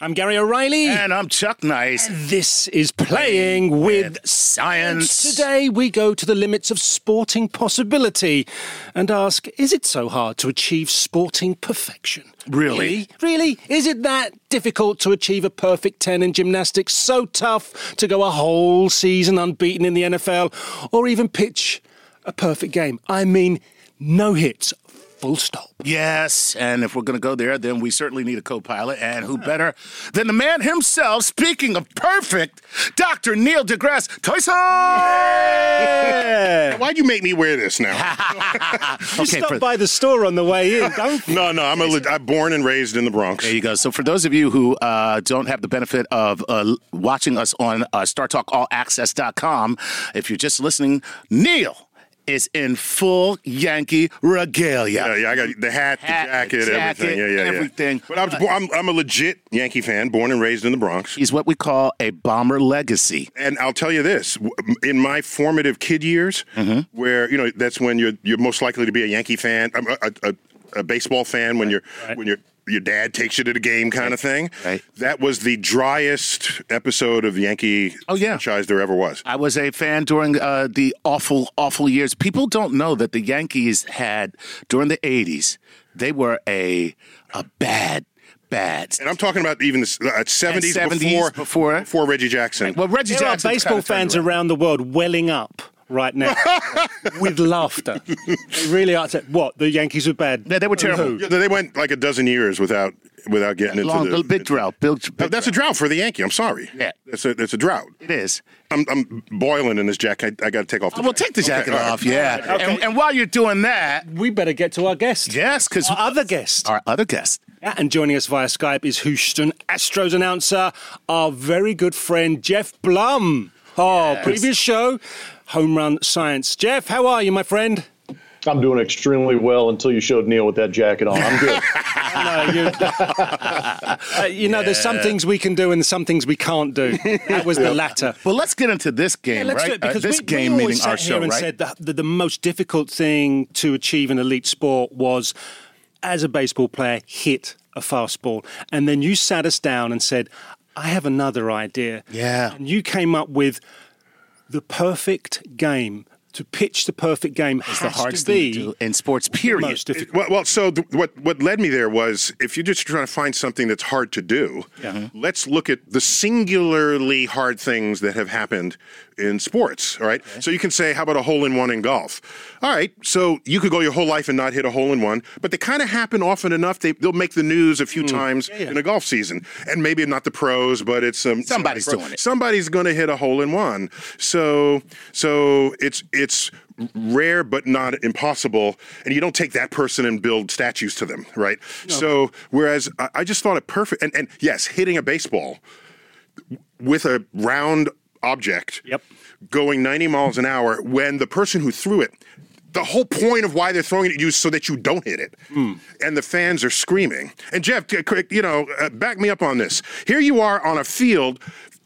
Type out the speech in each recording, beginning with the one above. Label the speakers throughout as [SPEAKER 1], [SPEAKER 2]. [SPEAKER 1] I'm Gary O'Reilly.
[SPEAKER 2] And I'm Chuck Nice.
[SPEAKER 1] this is Playing with Science. Today we go to the limits of sporting possibility and ask is it so hard to achieve sporting perfection?
[SPEAKER 2] Really?
[SPEAKER 1] Really? Is it that difficult to achieve a perfect 10 in gymnastics? So tough to go a whole season unbeaten in the NFL or even pitch a perfect game? I mean, no hits, full stop.
[SPEAKER 2] Yes, and if we're going to go there, then we certainly need a co pilot. And who better than the man himself? Speaking of perfect, Dr. Neil deGrasse Tyson!
[SPEAKER 3] Why'd you make me wear this now?
[SPEAKER 1] You
[SPEAKER 2] okay,
[SPEAKER 1] stop
[SPEAKER 2] for-
[SPEAKER 1] by the store on the way in, don't
[SPEAKER 3] no, no, I'm a lit- I'm born and raised in the Bronx.
[SPEAKER 2] There you go. So, for those of you who uh, don't have the benefit of uh, l- watching us on uh, StarTalkAllAccess.com, if you're just listening, Neil is in full Yankee regalia.
[SPEAKER 3] Yeah, yeah, I got the hat,
[SPEAKER 2] Hat,
[SPEAKER 3] the jacket,
[SPEAKER 2] jacket,
[SPEAKER 3] everything. Yeah, yeah, yeah.
[SPEAKER 2] everything.
[SPEAKER 3] But I was, bo- I'm, I'm a legit Yankee fan, born and raised in the Bronx.
[SPEAKER 2] He's what we call a bomber legacy.
[SPEAKER 3] And I'll tell you this: w- in my formative kid years,
[SPEAKER 2] Mm-hmm.
[SPEAKER 3] where you know that's when you're you're most likely to be a Yankee fan, um, a, a, a baseball fan when you're when you Your dad takes you to the game, kind of thing.
[SPEAKER 2] right.
[SPEAKER 3] That was the driest episode of Yankee
[SPEAKER 2] Oh, yeah.
[SPEAKER 3] franchise there ever was.
[SPEAKER 2] I was a fan during uh, the awful, awful years. People don't know that the Yankees had during the '80s. They were a a bad, bad.
[SPEAKER 3] And I'm talking about even the s- uh, 70s,
[SPEAKER 2] 70s
[SPEAKER 3] before,
[SPEAKER 2] before-
[SPEAKER 3] before Reggie Jackson.
[SPEAKER 2] Well, Reggie
[SPEAKER 1] There are
[SPEAKER 2] Jackson.
[SPEAKER 1] baseball fans around the world welling up right now with laughter. They really are. saying, What? The Yankees were bad.
[SPEAKER 2] Yeah, they were terrible.
[SPEAKER 3] Yeah, they went like a dozen years without without getting into
[SPEAKER 2] Long,
[SPEAKER 3] the
[SPEAKER 2] a big drought. Big,
[SPEAKER 3] No,
[SPEAKER 2] big
[SPEAKER 3] that's a drought for the Yankee. I'm sorry.
[SPEAKER 2] Yeah.
[SPEAKER 3] that's a that's a drought.
[SPEAKER 2] drought. it is.
[SPEAKER 3] I'm, I'm boiling in this jacket. I, I got to take off. The
[SPEAKER 2] Well, take the
[SPEAKER 3] Okay,
[SPEAKER 2] jacket
[SPEAKER 3] all right.
[SPEAKER 2] off. Yeah. And, and while you're doing that,
[SPEAKER 1] We better get to our guest.
[SPEAKER 2] yes, because
[SPEAKER 1] Our other guest.
[SPEAKER 2] our other guest.
[SPEAKER 1] And joining us via Skype is Houston Astros announcer, our very good friend, Jeff Blum. Oh, previous show, Home Run Science. Jeff, how are you, my friend?
[SPEAKER 4] I'm doing extremely well until you showed Neil with that jacket on. I'm good.
[SPEAKER 1] No, you, Uh, you know, there's some things we can do and some things we can't do. That was the latter.
[SPEAKER 2] Well, let's get into this game,
[SPEAKER 1] Yeah, let's
[SPEAKER 2] right?
[SPEAKER 1] do it
[SPEAKER 2] Uh,
[SPEAKER 1] because
[SPEAKER 2] this
[SPEAKER 1] we,
[SPEAKER 2] game
[SPEAKER 1] we always
[SPEAKER 2] meaning
[SPEAKER 1] sat
[SPEAKER 2] our show,
[SPEAKER 1] here and
[SPEAKER 2] right?
[SPEAKER 1] said that the, the most difficult thing to achieve in elite sport was, as a baseball player, hit a fastball. And then you sat us down and said, "I have another idea."
[SPEAKER 2] Yeah.
[SPEAKER 1] And you came up with the perfect game to pitch. The perfect game has
[SPEAKER 2] the hardest
[SPEAKER 1] to
[SPEAKER 2] thing
[SPEAKER 1] be
[SPEAKER 2] to do in sports.
[SPEAKER 1] the
[SPEAKER 2] Period.
[SPEAKER 1] most difficult.
[SPEAKER 3] Well, well, so th- what what led me there was if you're just trying to find something that's hard to do, let's look at the singularly hard things that have happened in sports. All right, so you can say, how about a hole in one in golf? All right, so you could go your whole life and not hit a hole in one, but they kind of happen often enough. They they'll make the news a few times in a golf season, and maybe not the pros, but it's um,
[SPEAKER 2] Somebody's
[SPEAKER 3] pro-
[SPEAKER 2] doing it.
[SPEAKER 3] somebody's going to hit a hole in one. So so it's it's rare but not impossible and you don't take that person and build statues to them right so whereas I, I just thought it perfect and, and yes hitting a baseball with a round object
[SPEAKER 1] Yep.
[SPEAKER 3] going 90 miles an hour when the person who threw it the whole point of why they're throwing it at you is so that you don't hit it and the fans are screaming and jeff c- c- you know uh, back me up on this here you are on a field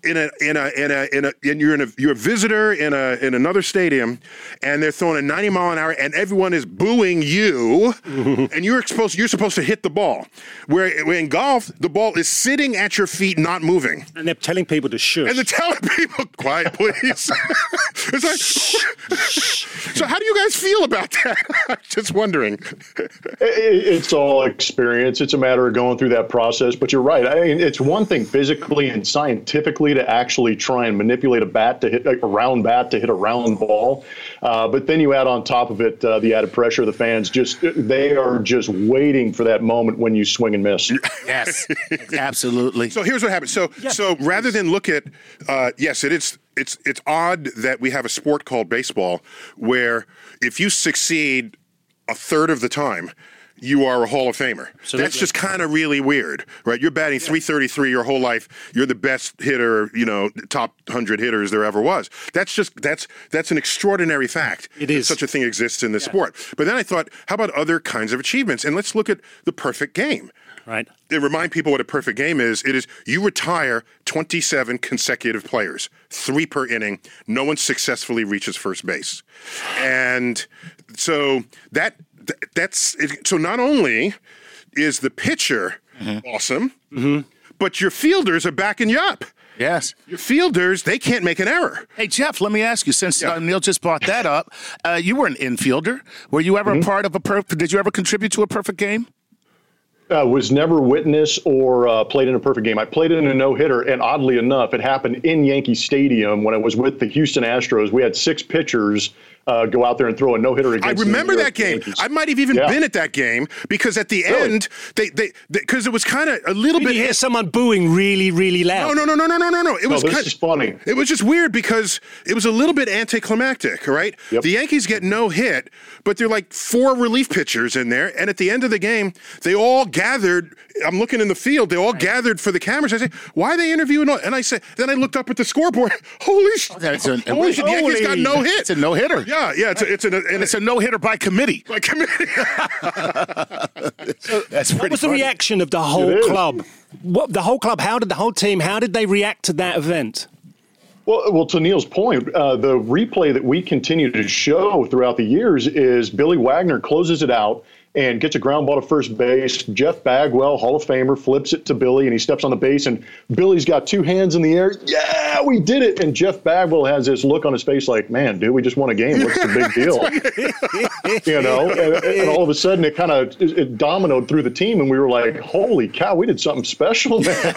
[SPEAKER 3] in a in a in a in a and you're in a you're a visitor in a in another stadium and they're throwing a 90 mile an hour and everyone is booing you and you're supposed you're supposed to hit the ball where in golf the ball is sitting at your feet not moving
[SPEAKER 1] And they're telling people to shush.
[SPEAKER 3] and they're telling people, quiet, please. it's like, so how do you guys feel about that? I'm just wondering.
[SPEAKER 4] It- it- it's all experience. It's a matter of going through that process. But you're right. I mean, it's one thing physically and scientifically to actually try and manipulate a bat to hit a round bat to hit a round ball, uh, but then you add on top of it uh, the added pressure of the fans. Just they are just waiting for that moment when you swing and miss.
[SPEAKER 2] Yes, absolutely.
[SPEAKER 3] So here's what happened. So so rather than look at, uh, yes, it is. It's it's odd that we have a sport called baseball where if you succeed a third of the time. You are a Hall of Famer. That's just kind of really weird, right? You're batting 333 your whole life. You're the best hitter, you know, top 100 hitters there ever was. That's just that's that's an extraordinary fact.
[SPEAKER 1] It
[SPEAKER 3] that
[SPEAKER 1] is.
[SPEAKER 3] such a thing exists in this sport. But then I thought, how about other kinds of achievements? And let's look at the perfect game
[SPEAKER 1] right.
[SPEAKER 3] to remind people what a perfect game is, it is you retire 27 consecutive players, three per inning. No one successfully reaches first base, and so that th-
[SPEAKER 4] Mm-hmm.
[SPEAKER 3] that's it, so. Not only is the pitcher awesome, but your fielders are backing you up.
[SPEAKER 2] Yes.
[SPEAKER 3] Your fielders, they can't make an error.
[SPEAKER 2] Hey Jeff, let me ask you. Since
[SPEAKER 3] Yeah.
[SPEAKER 2] uh, Neil just brought that up, uh, you were an infielder. Were you ever a
[SPEAKER 3] Mm-hmm.
[SPEAKER 2] part of a perfect? Did you ever contribute to a perfect game?
[SPEAKER 4] uh, was never witness or uh, played in a perfect game. I played in a no hitter, and oddly enough, it happened in Yankee Stadium when I was with the Houston Astros. We had six pitchers uh, go out there and throw a no hitter
[SPEAKER 3] I
[SPEAKER 4] against. the
[SPEAKER 3] remember
[SPEAKER 4] New
[SPEAKER 3] that
[SPEAKER 4] York
[SPEAKER 3] game.
[SPEAKER 4] Yankees.
[SPEAKER 3] I might have even
[SPEAKER 4] Yeah.
[SPEAKER 3] been at that game because at the end they they because it was kind of a little
[SPEAKER 1] Did
[SPEAKER 3] bit
[SPEAKER 1] you hear someone booing really, really loud?
[SPEAKER 3] No, no, no, no, no, no, no, no. It was
[SPEAKER 4] this
[SPEAKER 3] kind
[SPEAKER 4] is funny.
[SPEAKER 3] It was just weird because it was a little bit anticlimactic, right?
[SPEAKER 4] Yep.
[SPEAKER 3] The Yankees get no hit, but they're like four relief pitchers in there, and at the end of the game, they all gathered. I'm looking in the field. They all gathered for the cameras. I say, "Why are they interviewing?" All? And I said, then I looked up at the scoreboard. Holy shit!
[SPEAKER 2] that's an-
[SPEAKER 3] holy shit! The Yankees got
[SPEAKER 2] holy-
[SPEAKER 3] no hit.
[SPEAKER 2] It's a no-hitter.
[SPEAKER 3] Yeah, yeah. It's a, it's an and
[SPEAKER 2] It's a no hitter by committee.
[SPEAKER 3] like, I
[SPEAKER 2] That's pretty.
[SPEAKER 1] What was the
[SPEAKER 2] funny.
[SPEAKER 1] reaction of the whole
[SPEAKER 4] It is.
[SPEAKER 1] club? What the whole club? How did the whole team? How did they react to that event?
[SPEAKER 4] Well, well, to Neil's point, uh, the replay that we continue to show throughout the years is Billy Wagner closes it out and gets a ground ball to first base. Jeff Bagwell, Hall of Famer, flips it to Billy and he steps on the base and Billy's got two hands in the air. Yeah, we did it! And Jeff Bagwell has this look on his face like, man, dude, we just won a game. What's the big deal? you know and, and all of a sudden it kind of it, it dominoed through the team and we were like holy cow we did something special man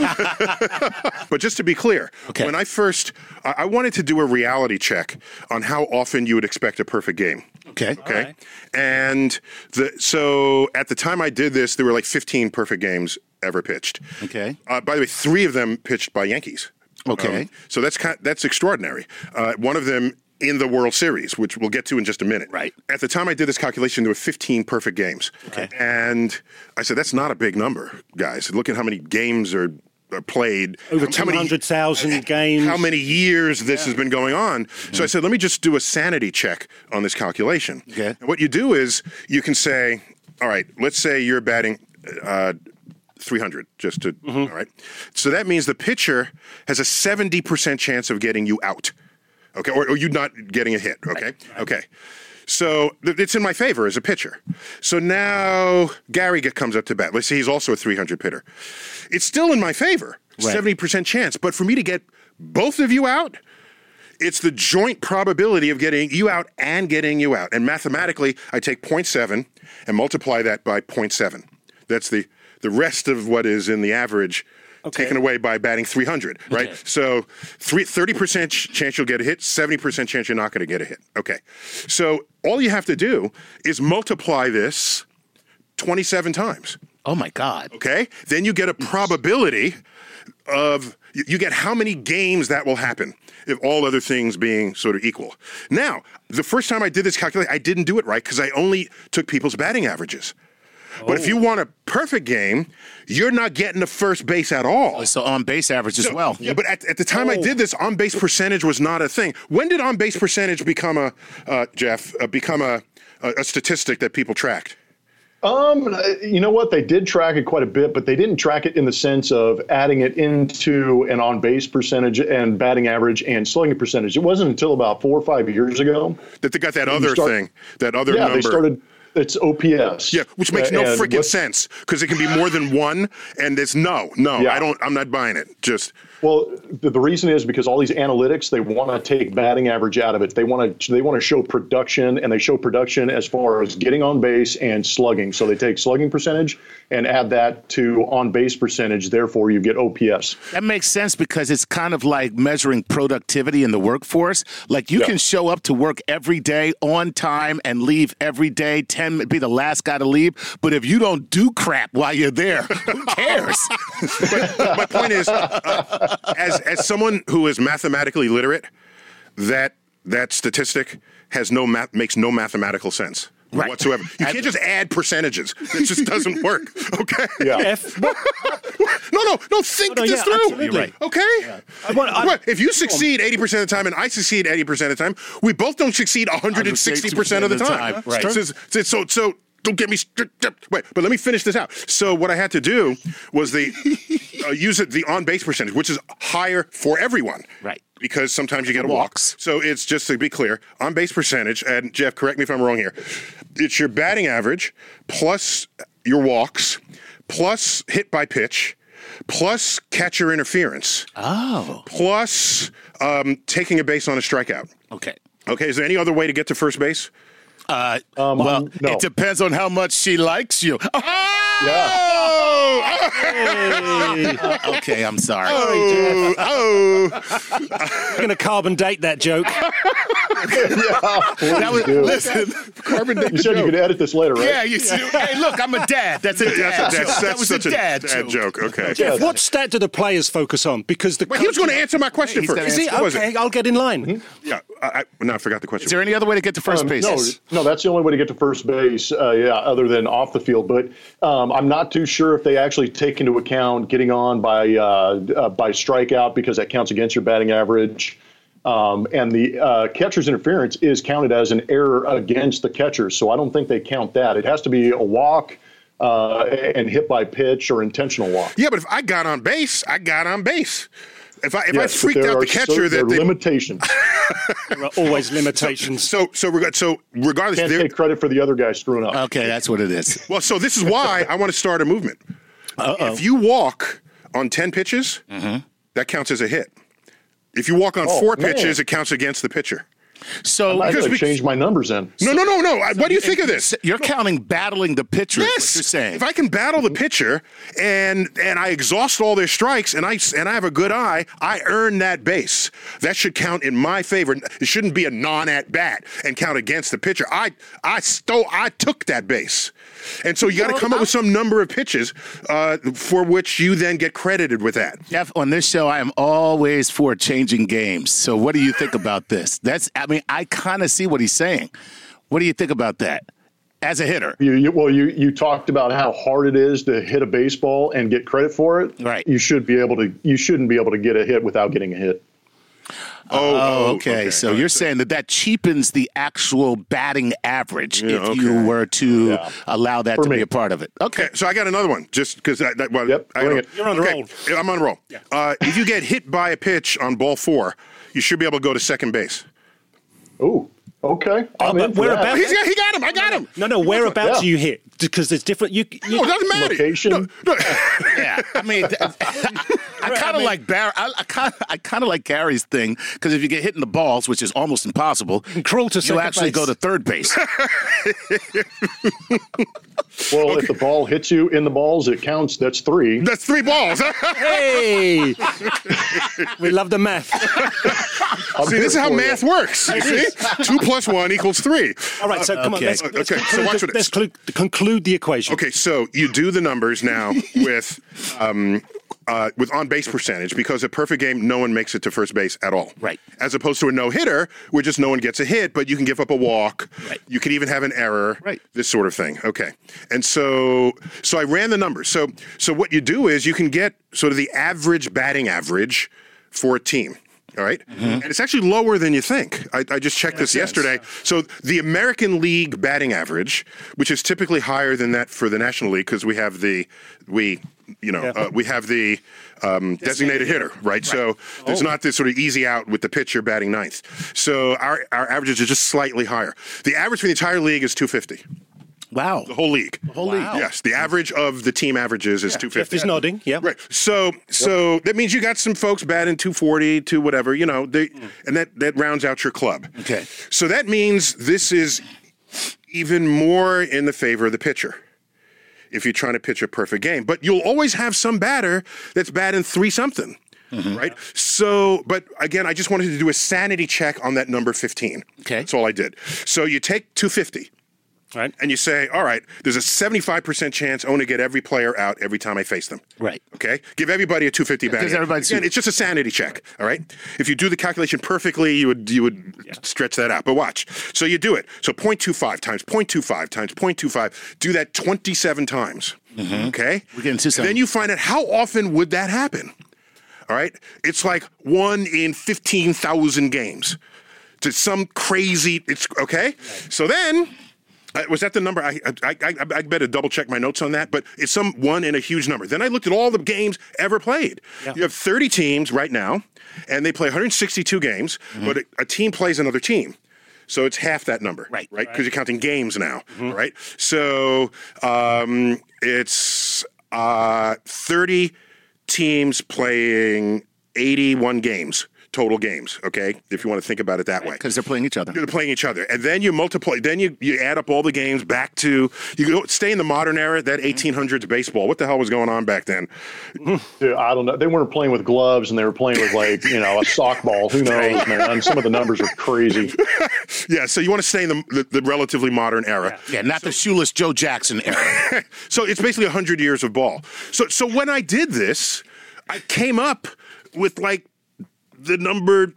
[SPEAKER 3] But just to be clear,
[SPEAKER 2] Okay.
[SPEAKER 3] when I first, I I wanted to do a reality check on how often you would expect a perfect game.
[SPEAKER 2] Okay.
[SPEAKER 3] Okay. And the so at the time I did this, there were like 15 perfect games ever pitched.
[SPEAKER 2] Okay.
[SPEAKER 3] Uh, by the way, three of them pitched by Yankees. Um,
[SPEAKER 2] Okay.
[SPEAKER 3] so that's kind that's extraordinary. Uh, one of them in the World Series, which we'll get to in just a minute.
[SPEAKER 2] Right.
[SPEAKER 3] At the time I did this calculation, there were 15 perfect games.
[SPEAKER 2] Okay.
[SPEAKER 3] And I said, that's not a big number, guys. Look at how many games are, are played.
[SPEAKER 1] Over
[SPEAKER 3] how, how
[SPEAKER 1] two
[SPEAKER 3] many-
[SPEAKER 1] hundred thousand games.
[SPEAKER 3] how many years this has been going on. So I said, let me just do a sanity check on this calculation.
[SPEAKER 2] Okay.
[SPEAKER 3] And what you do is you can say, all right, let's say you're batting uh, 300, just to, all right. So that means the pitcher has a 70% chance of getting you out, okay, or, or you not getting a hit, okay? Okay. So th- it's in my favor as a pitcher. So now Gary get- comes up to bat. Let's say he's also a 300 hitter. It's still in my favor,
[SPEAKER 2] Right.
[SPEAKER 3] 70% chance. But for me to get both of you out, it's the joint probability of getting you out and getting you out. And mathematically, I take 0.7 and multiply that by 0.7. That's the, the rest of what is in the average taken away by batting 300, right? So three, 30% ch- chance you'll get a hit, 70% chance you're not going to get a hit. Okay. So all you have to do is multiply this 27 times.
[SPEAKER 2] Oh my God.
[SPEAKER 3] Okay. Then you get a probability of you you get how many games that will happen if all other things being sort of equal. Now, the first time I did this calculation, I didn't do it right because I only took people's batting averages. But if you
[SPEAKER 4] Oh.
[SPEAKER 3] want a perfect game, you're not getting the first base at all.
[SPEAKER 2] So on base average as well.
[SPEAKER 3] Yeah, but at, at the time I
[SPEAKER 4] Oh.
[SPEAKER 3] did this, on base percentage was not a thing. When did on base percentage become a uh, Jeff uh, become a, a a statistic that people tracked?
[SPEAKER 4] um you know what they did track it quite a bit but they didn't track it in the sense of adding it into an on-base percentage and batting average and slugging percentage it wasn't until about four or five years ago
[SPEAKER 3] That they got that
[SPEAKER 4] you
[SPEAKER 3] other
[SPEAKER 4] start-
[SPEAKER 3] thing, that other
[SPEAKER 4] yeah
[SPEAKER 3] number.
[SPEAKER 4] they started it's ops
[SPEAKER 3] Yeah, which makes no
[SPEAKER 4] And
[SPEAKER 3] freaking
[SPEAKER 4] what-
[SPEAKER 3] sense because it can be more than one, and it's no, no,
[SPEAKER 4] Yeah.
[SPEAKER 3] I don't, I'm not buying it. Just
[SPEAKER 4] Well, the, the reason is because all these analytics they want to take batting average out of it. They want to they want to show production, and they show production as far as getting on base and slugging. So they take slugging percentage and add that to on base percentage. Therefore, you get OPS.
[SPEAKER 2] That makes sense because it's kind of like measuring productivity in the workforce. Like you
[SPEAKER 4] Yeah.
[SPEAKER 2] can show up to work every day on time and leave every day, 10 be the last guy to leave, but if you don't do crap while you're there, who cares?
[SPEAKER 3] but, but my point is, uh, as as someone who is mathematically literate, that that statistic has no math makes no mathematical sense
[SPEAKER 2] Right.
[SPEAKER 3] whatsoever. You can't just add percentages; it just doesn't work. Okay.
[SPEAKER 4] Yeah.
[SPEAKER 1] Jeff, what-
[SPEAKER 3] No, no, no. Think
[SPEAKER 1] No, no,
[SPEAKER 3] this
[SPEAKER 1] yeah,
[SPEAKER 3] through.
[SPEAKER 1] absolutely. You're right.
[SPEAKER 3] Okay.
[SPEAKER 1] I want- I-
[SPEAKER 3] What, if you succeed eighty percent of the time and I succeed eighty percent of the time, we both don't succeed one hundred and sixty percent of the time.
[SPEAKER 2] Right. That's
[SPEAKER 3] So,
[SPEAKER 2] true.
[SPEAKER 3] so, so- so don't get me. stri- stri- Wait, but let me finish this out. So what I had to do was the uh, use it the on base percentage, which is higher for everyone.
[SPEAKER 2] Right.
[SPEAKER 3] Because sometimes you get a
[SPEAKER 2] Walks.
[SPEAKER 3] walk. So it's just to be clear, on base percentage, and Jeff, correct me if I'm wrong here. It's your batting average plus your walks plus hit by pitch plus catcher interference,
[SPEAKER 2] Oh.
[SPEAKER 3] plus um, taking a base on a strikeout.
[SPEAKER 2] Okay.
[SPEAKER 3] Okay, is there any other way to get to first base?
[SPEAKER 2] Uh,
[SPEAKER 4] Um,
[SPEAKER 2] well,
[SPEAKER 4] um, no.
[SPEAKER 2] it depends on how much she likes you. Oh! okay, I'm sorry.
[SPEAKER 3] Oh, oh.
[SPEAKER 1] I'm going to carbon date that joke.
[SPEAKER 2] that was
[SPEAKER 4] do.
[SPEAKER 2] listen. Carbon
[SPEAKER 4] You said you could edit this later, right?
[SPEAKER 2] Yeah, you see. Hey, look, I'm a dad. That's a dad.
[SPEAKER 3] That's,
[SPEAKER 2] joke.
[SPEAKER 3] that's,
[SPEAKER 2] that was
[SPEAKER 3] such
[SPEAKER 2] a dad,
[SPEAKER 3] joke. Okay.
[SPEAKER 4] Yeah.
[SPEAKER 1] What stat do the players focus on? Because the
[SPEAKER 3] Well, he was going to answer my question
[SPEAKER 2] He's
[SPEAKER 3] first.
[SPEAKER 2] gonna
[SPEAKER 1] Is he
[SPEAKER 3] What was Hmm?
[SPEAKER 1] okay? I'll get in line.
[SPEAKER 3] Yeah, I, I, no, I forgot the question.
[SPEAKER 2] Is there any other way to get to first
[SPEAKER 4] Um,
[SPEAKER 2] base?
[SPEAKER 4] No,
[SPEAKER 2] Yes.
[SPEAKER 4] no, that's the only way to get to first base. Uh, yeah, other than off the field. But um, I'm not too sure if they actually take into account getting on by uh, uh, by strikeout because that counts against your batting average. Um, and the uh, catcher's interference is counted as an error against the catcher, so I don't think they count that. It has to be a walk uh, and hit by pitch or intentional walk.
[SPEAKER 3] yeah, but if I got on base, I got on base. If I if I
[SPEAKER 4] Yes, but
[SPEAKER 3] freaked
[SPEAKER 4] there
[SPEAKER 3] out
[SPEAKER 4] are
[SPEAKER 3] the
[SPEAKER 4] cer-
[SPEAKER 3] catcher
[SPEAKER 4] there
[SPEAKER 3] that
[SPEAKER 4] are
[SPEAKER 3] they,
[SPEAKER 4] limitations.
[SPEAKER 1] There are always limitations.
[SPEAKER 3] so so reg- so regardless
[SPEAKER 4] Can't
[SPEAKER 3] there,
[SPEAKER 4] take credit for the other guy screwing up.
[SPEAKER 2] Okay, that's what it is.
[SPEAKER 3] well so this is why I want to start a movement. If you walk on 10 pitches, that counts as a hit. If you walk on
[SPEAKER 4] Oh,
[SPEAKER 3] four
[SPEAKER 4] man.
[SPEAKER 3] pitches, it counts against the pitcher.
[SPEAKER 2] So
[SPEAKER 4] I gotta
[SPEAKER 3] because we-
[SPEAKER 4] change my numbers in.
[SPEAKER 3] No, no, no, no. I what do you think of this?
[SPEAKER 2] you're counting battling the pitcher. is what
[SPEAKER 3] Yes.
[SPEAKER 2] you're saying.
[SPEAKER 3] If I can battle the pitcher and and I exhaust all their strikes and I s- and I have a good eye, I earn that base. That should count in my favor. It shouldn't be a non at bat and count against the pitcher. I I stole I took that base. And so you got to come up with some number of pitches uh, for which you then get credited with that.
[SPEAKER 2] Jeff, on this show, I am always for changing games. So, what do you think about this? That's, I mean, I kind of see what he's saying. What do you think about that as a hitter?
[SPEAKER 4] You, you, well, you you talked about how hard it is to hit a baseball and get credit for it.
[SPEAKER 2] Right.
[SPEAKER 4] You should be able to. You shouldn't be able to get a hit without getting a hit.
[SPEAKER 3] Oh,
[SPEAKER 2] Oh, okay. So
[SPEAKER 3] All right.
[SPEAKER 2] you're saying that that cheapens the actual batting average if
[SPEAKER 3] Yeah,
[SPEAKER 2] you
[SPEAKER 3] okay.
[SPEAKER 2] were to allow that
[SPEAKER 4] For
[SPEAKER 2] to be
[SPEAKER 4] me.
[SPEAKER 2] a part of it. Okay.
[SPEAKER 3] Okay, so I got another one just because that, that well,
[SPEAKER 4] Yep,
[SPEAKER 3] I got
[SPEAKER 4] bring
[SPEAKER 3] a-
[SPEAKER 4] it.
[SPEAKER 1] You're on a
[SPEAKER 3] okay,
[SPEAKER 1] roll.
[SPEAKER 3] yeah, I'm on a roll. Uh, if you get hit by a pitch on ball four, you should be able to go to second base.
[SPEAKER 4] Oh, okay. I'm
[SPEAKER 1] Uh, but
[SPEAKER 4] in for
[SPEAKER 1] we're
[SPEAKER 4] that.
[SPEAKER 1] about-
[SPEAKER 3] He's got, he got him. I got him.
[SPEAKER 1] No, no, whereabouts
[SPEAKER 4] Yeah.
[SPEAKER 1] you hit? Because there's different. You, you
[SPEAKER 3] No, Oh, it doesn't matter.
[SPEAKER 4] Location.
[SPEAKER 3] No, no.
[SPEAKER 2] Yeah, I mean, th- I kind of like Bar- I, I kind I kind of like Gary's thing because if you get hit in the balls, which is almost impossible,
[SPEAKER 1] can crawl to
[SPEAKER 2] you
[SPEAKER 1] second
[SPEAKER 2] actually
[SPEAKER 1] base.
[SPEAKER 2] go to third base.
[SPEAKER 4] Well, if the ball hits you in the balls, it counts. That's three.
[SPEAKER 3] That's three balls.
[SPEAKER 1] Hey, we love the math.
[SPEAKER 4] I'm
[SPEAKER 3] See, this is
[SPEAKER 4] here
[SPEAKER 3] how
[SPEAKER 4] for
[SPEAKER 3] math
[SPEAKER 4] you.
[SPEAKER 3] works. You see, two plus one equals three.
[SPEAKER 1] All right, so come
[SPEAKER 2] Okay.
[SPEAKER 1] on. Let's,
[SPEAKER 3] Okay,
[SPEAKER 1] let's
[SPEAKER 3] so
[SPEAKER 1] conclude
[SPEAKER 3] watch
[SPEAKER 1] the,
[SPEAKER 3] what it
[SPEAKER 1] let's
[SPEAKER 3] is.
[SPEAKER 1] clu- conclude the equation.
[SPEAKER 3] Okay, so you do the numbers now with um, uh, with on base percentage because a perfect game, no one makes it to first base at all.
[SPEAKER 2] Right.
[SPEAKER 3] As opposed to a no hitter, where just no one gets a hit, but you can give up a walk.
[SPEAKER 2] Right.
[SPEAKER 3] You can even have an error.
[SPEAKER 2] Right.
[SPEAKER 3] This sort of thing. Okay. And so so I ran the numbers. So so what you do is you can get sort of the average batting average for a team. All right?
[SPEAKER 2] Mm-hmm.
[SPEAKER 3] And it's actually lower than you think. I, I just checked this yesterday. So the American League batting average, which is typically higher than that for the National League, because we have the we you know uh, we have the um, designated hitter, right? Oh. So there's not this sort of easy out with the pitcher batting ninth. So our our averages are just slightly higher. The average for the entire league is 250.
[SPEAKER 2] wow.
[SPEAKER 3] The whole league. The
[SPEAKER 2] whole league. Wow.
[SPEAKER 3] Yes, the average of the team averages is 250.
[SPEAKER 1] Jeff is nodding. Yeah.
[SPEAKER 3] Right. So so that means you got some folks batting 240 to whatever, you know, they, and that that rounds out your club.
[SPEAKER 2] Mm. Okay.
[SPEAKER 3] So that means this is even more in the favor of the pitcher. If you're trying to pitch a perfect game, but you'll always have some batter that's batting three something.
[SPEAKER 2] Mm-hmm.
[SPEAKER 3] Right. So, but again, I just wanted to do a sanity check on that number 15.
[SPEAKER 2] Okay.
[SPEAKER 3] That's all I did. So you take 250
[SPEAKER 1] Right.
[SPEAKER 3] and you say, all right, there's a 75% chance I'm going to get every player out every time I face them.
[SPEAKER 2] Right.
[SPEAKER 3] Okay. Give everybody a 250 batting.
[SPEAKER 2] gives everybody
[SPEAKER 3] Again,
[SPEAKER 2] two.
[SPEAKER 3] it's just a sanity check. All right. If you do the calculation perfectly, you would you would stretch that out. But watch. So you do it. So 0.25 times 0.25 times 0.25. Do that 27 times.
[SPEAKER 2] Mm-hmm.
[SPEAKER 3] Okay.
[SPEAKER 2] We're getting to
[SPEAKER 3] And
[SPEAKER 2] something.
[SPEAKER 3] Then you find out how often would that happen. All right. It's like one in 15,000 games. To some crazy, it's okay. So then, uh, was that the number? I, I, I, I I better double check my notes on that, but it's some one in a huge number. Then I looked at all the games ever played. You have 30 teams right now, and they play 162 games, but a, a team plays another team. So it's half that number,
[SPEAKER 2] Right.
[SPEAKER 3] Right, because you're counting games now, right? So um, it's uh, 30 teams playing 81 games, total games, okay? If you want to think about it that way.
[SPEAKER 2] because they're playing each other.
[SPEAKER 3] They're playing each other. And then you multiply, then you, you add up all the games back to, you go, stay in the modern era, that 1800s baseball. What the hell was going on back then?
[SPEAKER 4] Dude, Uh, I don't know. They weren't playing with gloves, and they were playing with like you know a sock ball. Who knows, man? Some of the numbers are crazy.
[SPEAKER 3] Yeah, so you want to stay in the, the, the relatively modern era.
[SPEAKER 2] Yeah, not the shoeless Joe Jackson era.
[SPEAKER 3] So it's basically 100 years of ball. So, so when I did this, I came up with like the number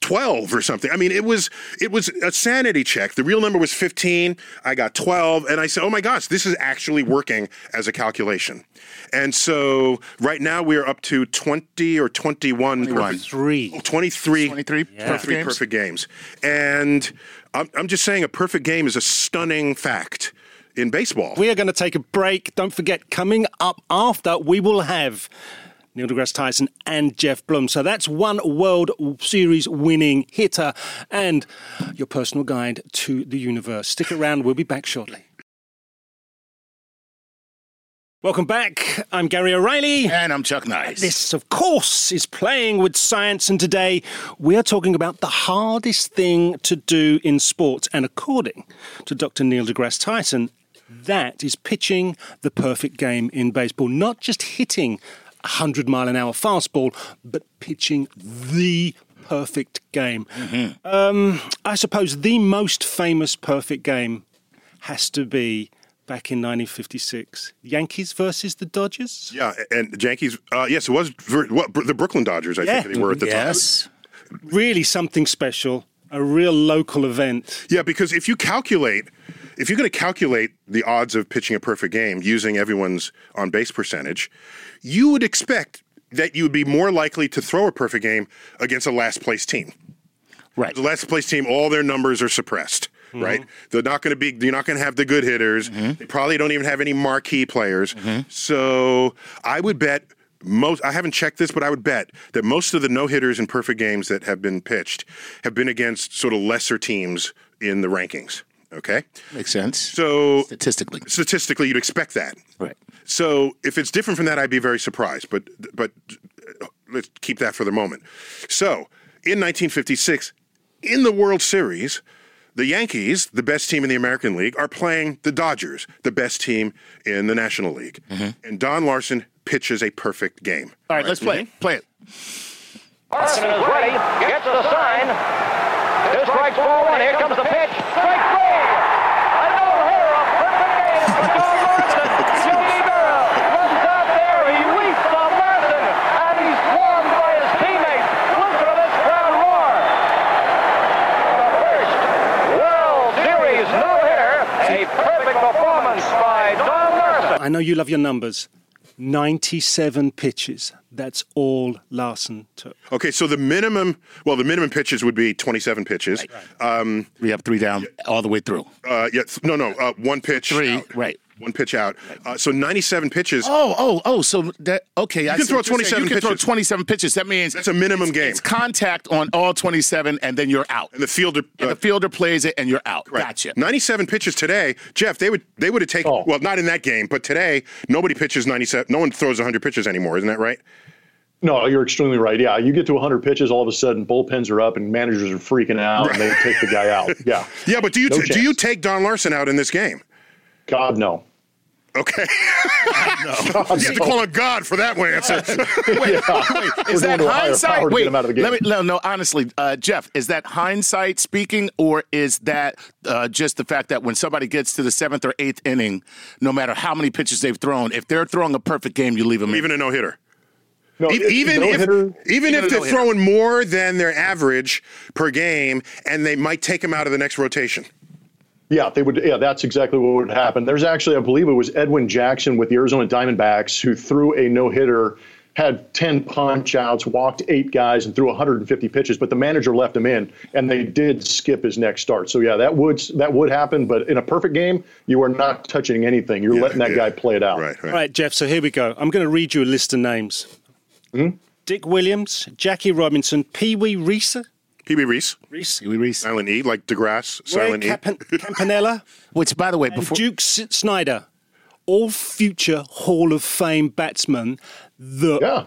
[SPEAKER 3] 12 or something. I mean, it was it was a sanity check. The real number was 15. I got 12 and I said, "Oh my gosh, this is actually working as a calculation." And so right now we are up to 20 or 21 perfect-
[SPEAKER 1] Three.
[SPEAKER 3] 23,
[SPEAKER 2] 23 perfect games.
[SPEAKER 3] perfect games. And I'm, I'm just saying a perfect game is a stunning fact in baseball.
[SPEAKER 1] We are going to take a break. Don't forget, coming up after, we will have Neil deGrasse Tyson and Jeff Blum. So that's one World Series winning hitter and your personal guide to the universe. Stick around, we'll be back shortly. Welcome back. I'm Gary O'Reilly.
[SPEAKER 2] and I'm Chuck Nice.
[SPEAKER 1] This, of course, is Playing with Science, and today we are talking about the hardest thing to do in sports. And according to Dr. Neil deGrasse Tyson, that is pitching the perfect game in baseball, not just hitting a 100 mile an hour fastball, but pitching the perfect game. Um, I suppose the most famous perfect game has to be. Back in 1956, Yankees versus the Dodgers.
[SPEAKER 3] Yeah, and the Yankees. Uh, yes, it was ver- what, the Brooklyn Dodgers. I
[SPEAKER 1] Yeah.
[SPEAKER 3] think they were at the time.
[SPEAKER 2] yes.
[SPEAKER 1] really something special, a real local event.
[SPEAKER 3] Yeah, because if you calculate, if you're going to calculate the odds of pitching a perfect game using everyone's on base percentage, you would expect that you would be more likely to throw a perfect game against a last place team.
[SPEAKER 2] Right.
[SPEAKER 3] The last place team, all their numbers are suppressed. Right, they're not going to be. You're not going to have the good hitters. They probably don't even have any marquee players. So I would bet most. I haven't checked this, but I would bet that most of the no hitters in perfect games that have been pitched have been against sort of lesser teams in the rankings. Okay,
[SPEAKER 2] Makes sense.
[SPEAKER 3] so
[SPEAKER 2] Statistically.
[SPEAKER 3] statistically, you'd expect that.
[SPEAKER 2] Right.
[SPEAKER 3] So if it's different from that, I'd be very surprised. But but uh, let's keep that for the moment. So in 1956, in the World Series, the Yankees, the best team in the American League, are playing the Dodgers, the best team in the National League,
[SPEAKER 2] Mm-hmm.
[SPEAKER 3] and Don Larson pitches a perfect game.
[SPEAKER 2] All right, let's play it. Play it.
[SPEAKER 5] Larson is ready, gets the sign. Two strikes, ball one. Here comes the pitch. Strike three. Another hitter, a perfect game for Don Larson. Yogi Berra runs out there. He weeps on Larson, and he's swarmed by his teammates. Listen to this crowd roar. The first World Series no-hitter, a perfect performance by Don Larson.
[SPEAKER 1] I know you love your numbers. 97 pitches. That's all Larson took.
[SPEAKER 3] Okay, so the minimum, well, the minimum pitches would be 27 pitches. Um,
[SPEAKER 2] We have three down all the way through.
[SPEAKER 3] uh, yeah, th- no, no, uh, one pitch.
[SPEAKER 2] Three,
[SPEAKER 3] out.
[SPEAKER 2] right.
[SPEAKER 3] One pitch out. Uh, so 97 pitches.
[SPEAKER 2] Oh, oh, oh. So that okay. I
[SPEAKER 3] can
[SPEAKER 2] see what
[SPEAKER 3] throw
[SPEAKER 2] you're saying.
[SPEAKER 3] 27
[SPEAKER 2] You can
[SPEAKER 3] pitches.
[SPEAKER 2] throw 27 pitches. That means
[SPEAKER 3] That's a
[SPEAKER 2] it's-
[SPEAKER 3] minimum game.
[SPEAKER 2] It's contact on all 27, and then you're out.
[SPEAKER 3] and the fielder.
[SPEAKER 2] And
[SPEAKER 3] uh,
[SPEAKER 2] the fielder plays it, and you're out.
[SPEAKER 3] Right.
[SPEAKER 2] Gotcha.
[SPEAKER 3] 97 pitches today, Jeff. They would they would have taken
[SPEAKER 4] Oh.
[SPEAKER 3] well, not in that game, but today nobody pitches 97. No one throws 100 pitches anymore, isn't that right?
[SPEAKER 4] No, you're extremely right. Yeah, you get to 100 pitches, all of a sudden bullpens are up and managers are freaking out, and they take the guy out. Yeah,
[SPEAKER 3] Yeah, but do you
[SPEAKER 4] No
[SPEAKER 3] do you
[SPEAKER 4] chance.
[SPEAKER 3] take Don Larson out in this game?
[SPEAKER 4] God no.
[SPEAKER 3] Okay, you have to call on God for that one answer.
[SPEAKER 2] Is
[SPEAKER 4] We're going
[SPEAKER 2] that
[SPEAKER 4] to a higher
[SPEAKER 2] hindsight?
[SPEAKER 4] power to get
[SPEAKER 2] Wait,
[SPEAKER 4] him out of the game.
[SPEAKER 2] let me. No, no. Honestly, uh, Jeff, is that hindsight speaking, or is that uh, just the fact that when somebody gets to the seventh or eighth inning, no matter how many pitches they've thrown, if they're throwing a perfect game, you leave them. in?
[SPEAKER 3] even a no hitter.
[SPEAKER 4] Oh, No,
[SPEAKER 3] E-
[SPEAKER 4] it-
[SPEAKER 3] Even if
[SPEAKER 4] no-hitter-
[SPEAKER 3] even
[SPEAKER 2] a
[SPEAKER 3] if they're
[SPEAKER 2] no-hitter.
[SPEAKER 3] throwing more than their average per game, and they might take him out of the next rotation.
[SPEAKER 4] Yeah, they would. Yeah, that's exactly what would happen. There's actually, I believe it was Edwin Jackson with the Arizona Diamondbacks who threw a no hitter, had 10 punch outs, walked eight guys, and threw 150 pitches. But the manager left him in, and they did skip his next start. So yeah, that would that would happen. But in a perfect game, you are not touching anything. You're letting that
[SPEAKER 3] yeah.
[SPEAKER 4] guy play it out.
[SPEAKER 3] Right, right.
[SPEAKER 1] All right, Jeff, so here we go. I'm going to read you a list of names Dick Williams, Jackie Robinson, Pee Wee Reese,
[SPEAKER 3] PB Reese,
[SPEAKER 1] Reese
[SPEAKER 2] Huey Reese.
[SPEAKER 3] Silent E, like DeGrasse,
[SPEAKER 1] Ray
[SPEAKER 3] Silent E.
[SPEAKER 1] Campan- Campanella,
[SPEAKER 2] Which, by the way,
[SPEAKER 1] and
[SPEAKER 2] before
[SPEAKER 1] Duke S- Snyder. all future Hall of Fame batsmen that
[SPEAKER 4] Yeah.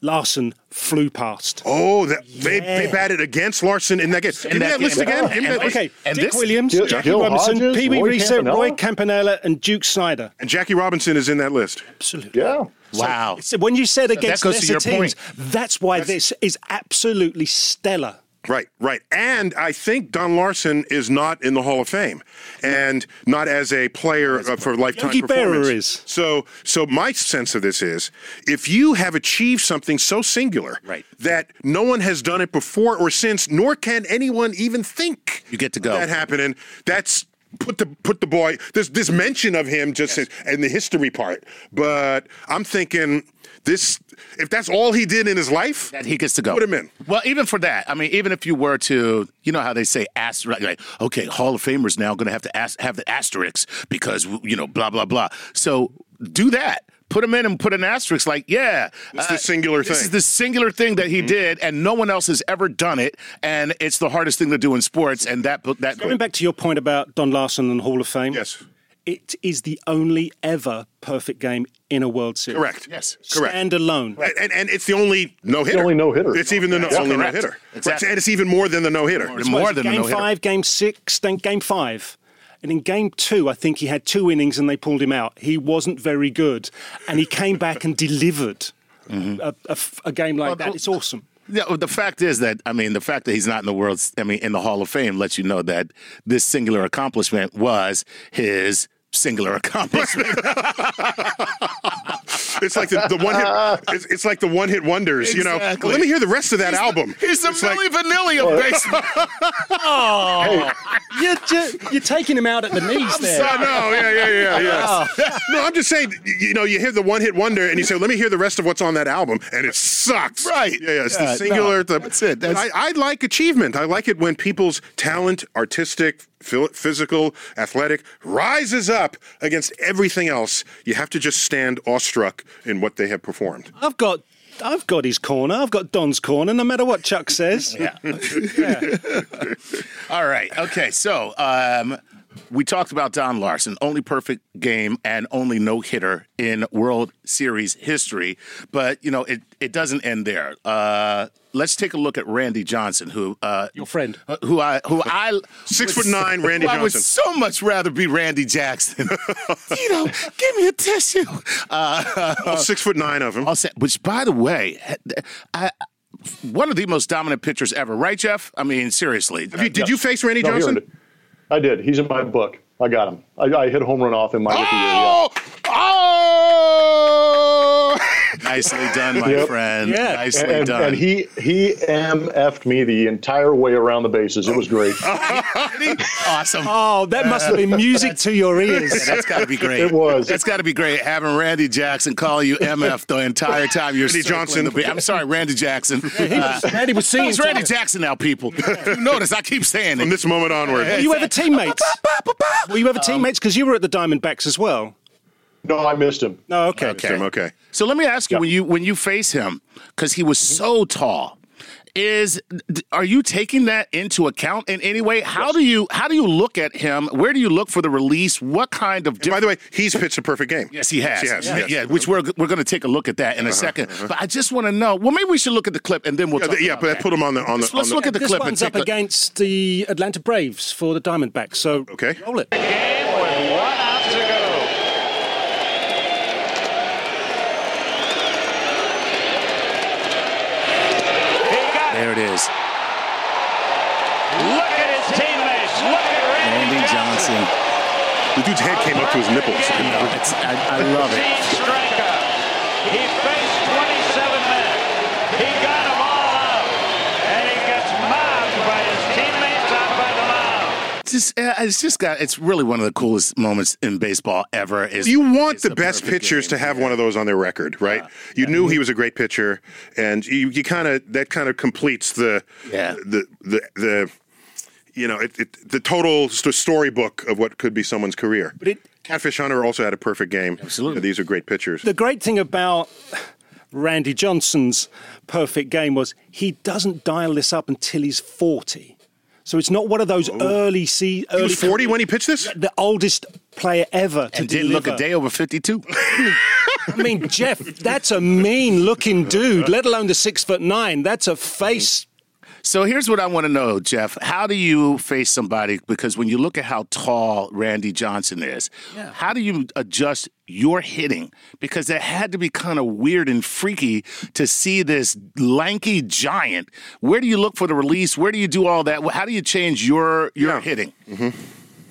[SPEAKER 1] Larson flew past.
[SPEAKER 3] Oh, that, they, they
[SPEAKER 1] Yeah.
[SPEAKER 3] batted against Larson in that game. Give me that, list again. Give me that list.
[SPEAKER 1] Oh, Okay,
[SPEAKER 2] And
[SPEAKER 1] Dick
[SPEAKER 2] this-
[SPEAKER 1] Williams,
[SPEAKER 4] Gil-
[SPEAKER 1] Jackie
[SPEAKER 4] Gil
[SPEAKER 1] Robinson,
[SPEAKER 4] Hodges,
[SPEAKER 1] Pee Wee
[SPEAKER 4] Roy
[SPEAKER 1] Reese,
[SPEAKER 4] Campanella?
[SPEAKER 1] Roy Campanella, and Duke Snyder.
[SPEAKER 3] And Jackie Robinson is in that list.
[SPEAKER 1] Absolutely.
[SPEAKER 4] Yeah.
[SPEAKER 2] Wow.
[SPEAKER 1] So when you said against
[SPEAKER 2] goes to
[SPEAKER 1] lesser
[SPEAKER 2] your
[SPEAKER 1] teams,
[SPEAKER 2] point.
[SPEAKER 1] that's why this is absolutely stellar.
[SPEAKER 3] Right, right. And I think Don Larson is not in the Hall of Fame and not as a player uh, for lifetime
[SPEAKER 1] Yogi Berra
[SPEAKER 3] performance.
[SPEAKER 1] is.
[SPEAKER 3] So so my sense of this is if you have achieved something so singular
[SPEAKER 2] Right.
[SPEAKER 3] that no one has done it before or since nor can anyone even think
[SPEAKER 2] You get to
[SPEAKER 3] of
[SPEAKER 2] go.
[SPEAKER 3] That happening. That's put the put the boy this this mention of him just in, in the history part. But I'm thinking this if that's all he did in his life
[SPEAKER 2] that he gets to go.
[SPEAKER 3] Put him in.
[SPEAKER 2] Well, even for that, I mean, even if you were to, you know how they say, ask, right, like, okay, Hall of Famers now going to have to ask, have the asterisks because you know, blah blah blah. So do that. Put him in and put an asterisk. Like, yeah, uh,
[SPEAKER 3] It's the singular
[SPEAKER 2] This
[SPEAKER 3] thing. Mm-hmm.
[SPEAKER 2] is the singular thing that he did, and no one else has ever done it. And it's the hardest thing to do in sports. And that that
[SPEAKER 1] Going back to your point about Don Larson and Hall of Fame.
[SPEAKER 3] Yes.
[SPEAKER 1] It is the only ever perfect game in a World Series.
[SPEAKER 3] correct.
[SPEAKER 2] Yes.
[SPEAKER 3] Correct.
[SPEAKER 1] Stand alone.
[SPEAKER 3] And, and, and it's the only no hitter.
[SPEAKER 4] only no-hitter.
[SPEAKER 3] It's even the no,
[SPEAKER 2] That's
[SPEAKER 3] only no
[SPEAKER 2] correct.
[SPEAKER 3] hitter.
[SPEAKER 2] Exactly.
[SPEAKER 3] And it's even more than the no hitter.
[SPEAKER 2] more than a
[SPEAKER 1] game
[SPEAKER 2] no-hitter.
[SPEAKER 1] five, game six, then game five. And in game two, I think he had two innings and they pulled him out. He wasn't very good. And he came back and delivered a, a f- a game like that. It's awesome.
[SPEAKER 2] Yeah, well, the fact is that I mean, the fact that he's not in the world's, I mean, in the Hall of Fame lets you know that this singular accomplishment was his singular accomplishment.
[SPEAKER 3] It's like the, the one hit. It's, it's like the one hit wonders. You know.
[SPEAKER 2] Exactly.
[SPEAKER 3] Let me hear the rest of that album.
[SPEAKER 2] he's the
[SPEAKER 3] It's like-
[SPEAKER 2] Milli Vanilli of baseball.
[SPEAKER 1] You're, ju- you're taking him out at the knees there.
[SPEAKER 3] I know, yeah, yeah, yeah,
[SPEAKER 2] Oh.
[SPEAKER 3] yeah. no, I'm just saying, y- you know, you hear the one hit wonder and you say, let me hear the rest of what's on that album, and it sucks.
[SPEAKER 2] Right.
[SPEAKER 3] Yeah, yeah, it's
[SPEAKER 2] Yeah,
[SPEAKER 3] the
[SPEAKER 2] no,
[SPEAKER 3] singular. the-
[SPEAKER 2] that's it, that's-
[SPEAKER 3] I, I like achievement. I like it when people's talent, artistic, phil- physical, athletic, rises up against everything else. You have to just stand awestruck in what they have performed.
[SPEAKER 1] I've got. I've got his corner. I've got Don's corner. No matter what Chuck says,
[SPEAKER 2] All right. Okay. So um, we talked about Don Larson, only perfect game and only no hitter in World Series history. But, you know, it, it doesn't end there. Uh, let's take a look at Randy Johnson, who. Uh,
[SPEAKER 1] your friend.
[SPEAKER 2] uh, who I who I
[SPEAKER 3] Six
[SPEAKER 2] would
[SPEAKER 3] foot nine,
[SPEAKER 2] so-
[SPEAKER 3] Randy
[SPEAKER 2] who I would
[SPEAKER 3] Johnson.
[SPEAKER 2] so much rather be Randy Jackson. you know, give me a tissue. Uh,
[SPEAKER 3] All six foot nine of them.
[SPEAKER 2] I'll say, which by the way, I, one of the most dominant pitchers ever, right, Jeff? I mean, seriously.
[SPEAKER 3] Have you- did you face Randy
[SPEAKER 4] No, he earned
[SPEAKER 3] Johnson?
[SPEAKER 4] it. I did. He's in my book. I got him. I, I hit a home run off him my rookie year. Yeah.
[SPEAKER 2] Oh, oh! Nicely done, my
[SPEAKER 4] Yep.
[SPEAKER 2] friend.
[SPEAKER 1] Yeah.
[SPEAKER 2] Nicely
[SPEAKER 4] and,
[SPEAKER 2] done.
[SPEAKER 4] and he he mf'd me the entire way around the bases. It was great.
[SPEAKER 2] Oh. awesome.
[SPEAKER 1] Oh, that must have been music to your ears.
[SPEAKER 2] That's got to be great.
[SPEAKER 4] It was.
[SPEAKER 2] That's got to be great having Randy Jackson call you MF the entire time you're
[SPEAKER 3] Randy
[SPEAKER 2] circling
[SPEAKER 3] Johnson.
[SPEAKER 2] The, ba- I'm sorry, Randy Jackson.
[SPEAKER 1] He was, Randy was singing.
[SPEAKER 2] He's
[SPEAKER 1] to
[SPEAKER 2] Randy
[SPEAKER 1] us.
[SPEAKER 2] Jackson now, people. You notice I keep saying
[SPEAKER 3] From
[SPEAKER 2] it.
[SPEAKER 3] this moment onward.
[SPEAKER 1] Were you ever teammates? Were you ever teammates? Because you were at the Diamondbacks as well.
[SPEAKER 4] no, I missed him.
[SPEAKER 1] No, okay.
[SPEAKER 3] Okay. okay.
[SPEAKER 2] So let me ask you when you when you face him because he was
[SPEAKER 3] Mm-hmm.
[SPEAKER 2] so tall is d- are you taking that into account in any way how do you how do you look at him where do you look for the release what kind of
[SPEAKER 3] By the way, he's pitched a perfect game.
[SPEAKER 2] Yes, he has.
[SPEAKER 3] Yes, he
[SPEAKER 2] yeah,
[SPEAKER 3] has, yes. Uh-huh,
[SPEAKER 2] yeah, which we're we're going to take a look at that in a 2nd But I just want to know. Well, maybe we should look at the clip and then we'll.
[SPEAKER 3] Yeah,
[SPEAKER 2] talk
[SPEAKER 3] th- yeah
[SPEAKER 2] about
[SPEAKER 3] but
[SPEAKER 2] that.
[SPEAKER 3] put him on the on the.
[SPEAKER 2] Let's- let's
[SPEAKER 3] on the-
[SPEAKER 2] look at the
[SPEAKER 1] This
[SPEAKER 2] clip and
[SPEAKER 1] one's
[SPEAKER 2] take
[SPEAKER 1] up
[SPEAKER 2] a-
[SPEAKER 1] against the Atlanta Braves for the Diamondbacks. So
[SPEAKER 3] Okay.
[SPEAKER 1] roll it.
[SPEAKER 5] Game with one out to go. He got it.
[SPEAKER 2] There it is,
[SPEAKER 5] Look at his teammates. Look at Randy,
[SPEAKER 2] Randy Johnson.
[SPEAKER 3] The dude's head came up to his nipples.
[SPEAKER 2] You know, it's, I, I love it.
[SPEAKER 5] Team strikeout. He faced 27 men. He got them all out. And he gets mobbed by his teammates out by the mound.
[SPEAKER 2] Just, uh, it's just got. It's really one of the coolest moments in baseball ever. Is
[SPEAKER 3] You want
[SPEAKER 2] is
[SPEAKER 3] the
[SPEAKER 2] a
[SPEAKER 3] best
[SPEAKER 2] perfect
[SPEAKER 3] pitchers
[SPEAKER 2] game.
[SPEAKER 3] to have one of those on their record, right? You knew he was a great pitcher, and you, you kind of that kind of completes the
[SPEAKER 2] Yeah.
[SPEAKER 3] the the the you know it, it, the total s- the storybook of what could be someone's career. But
[SPEAKER 1] it-
[SPEAKER 3] Catfish Hunter also had a perfect game.
[SPEAKER 2] Absolutely.
[SPEAKER 3] these are great pitchers.
[SPEAKER 1] The great thing about Randy Johnson's perfect game was he doesn't dial this up until he's 40. So it's not one of
[SPEAKER 2] Oh.
[SPEAKER 1] those early see
[SPEAKER 3] He
[SPEAKER 1] early
[SPEAKER 3] was 40 when he pitched this?
[SPEAKER 1] the oldest player ever to
[SPEAKER 2] and didn't look a
[SPEAKER 3] uh,
[SPEAKER 1] deliver.
[SPEAKER 2] day over 52.
[SPEAKER 1] I mean, Jeff, that's a mean looking dude, let alone the six foot nine. That's a face.
[SPEAKER 2] So here's what I want to know, Jeff. How do you face somebody? Because when you look at how tall Randy Johnson is, how do you adjust your hitting? Because it had to be kind of weird and freaky to see this lanky giant. Where do you look for the release? Where do you do all that? How do you change your your
[SPEAKER 3] Yeah.
[SPEAKER 2] hitting?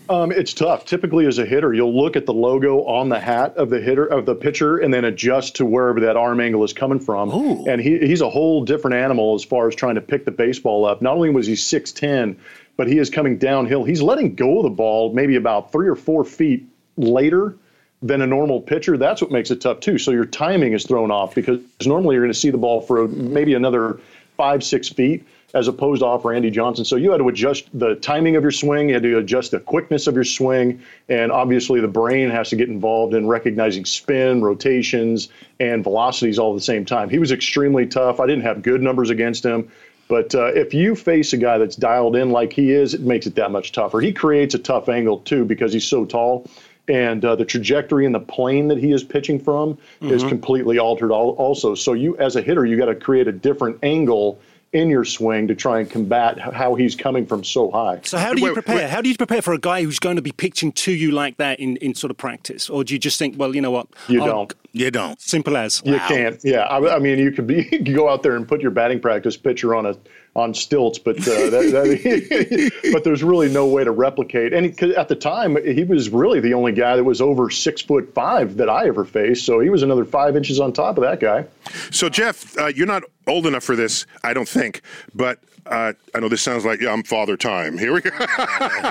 [SPEAKER 4] Um, it's tough. Typically, as a hitter, you'll look at the logo on the hat of the hitter of the pitcher, and then adjust to wherever that arm angle is coming from. And he, he's a whole different animal as far as trying to pick the baseball up. Not only was he six ten, but he is coming downhill. He's letting go of the ball maybe about three or four feet later than a normal pitcher. That's what makes it tough too. So your timing is thrown off because normally you're going to see the ball for maybe another five, six feet as opposed to off Randy Johnson. So you had to adjust the timing of your swing, you had to adjust the quickness of your swing, and obviously the brain has to get involved in recognizing spin, rotations, and velocities all at the same time. He was extremely tough. I didn't have good numbers against him. But uh, if you face a guy that's dialed in like he is, it makes it that much tougher. He creates a tough angle too because he's so tall, and uh, the trajectory and the plane that he is pitching from is completely altered. All, also, so you as a hitter, you got to create a different angle in your swing to try and combat h- how he's coming from so high.
[SPEAKER 1] So how do you
[SPEAKER 3] Wait,
[SPEAKER 1] prepare?
[SPEAKER 3] wait.
[SPEAKER 1] How do you prepare for a guy who's going to be pitching to you like that in, in sort of practice? Or do you just think, well, you know what?
[SPEAKER 4] You
[SPEAKER 1] I'll-
[SPEAKER 4] don't.
[SPEAKER 2] You don't.
[SPEAKER 1] Simple as.
[SPEAKER 4] You can't. Yeah, I, I mean, you could be you could go out there and put your batting practice pitcher on a on stilts, but uh, that, that, but there's really no way to replicate. And he, 'cause at the time, he was really the only guy that was over six foot five that I ever faced. So he was another five inches on top of that guy.
[SPEAKER 3] So, Jeff, uh, you're not old enough for this, I don't think, but uh, I know this sounds like yeah, I'm father time. Here we go.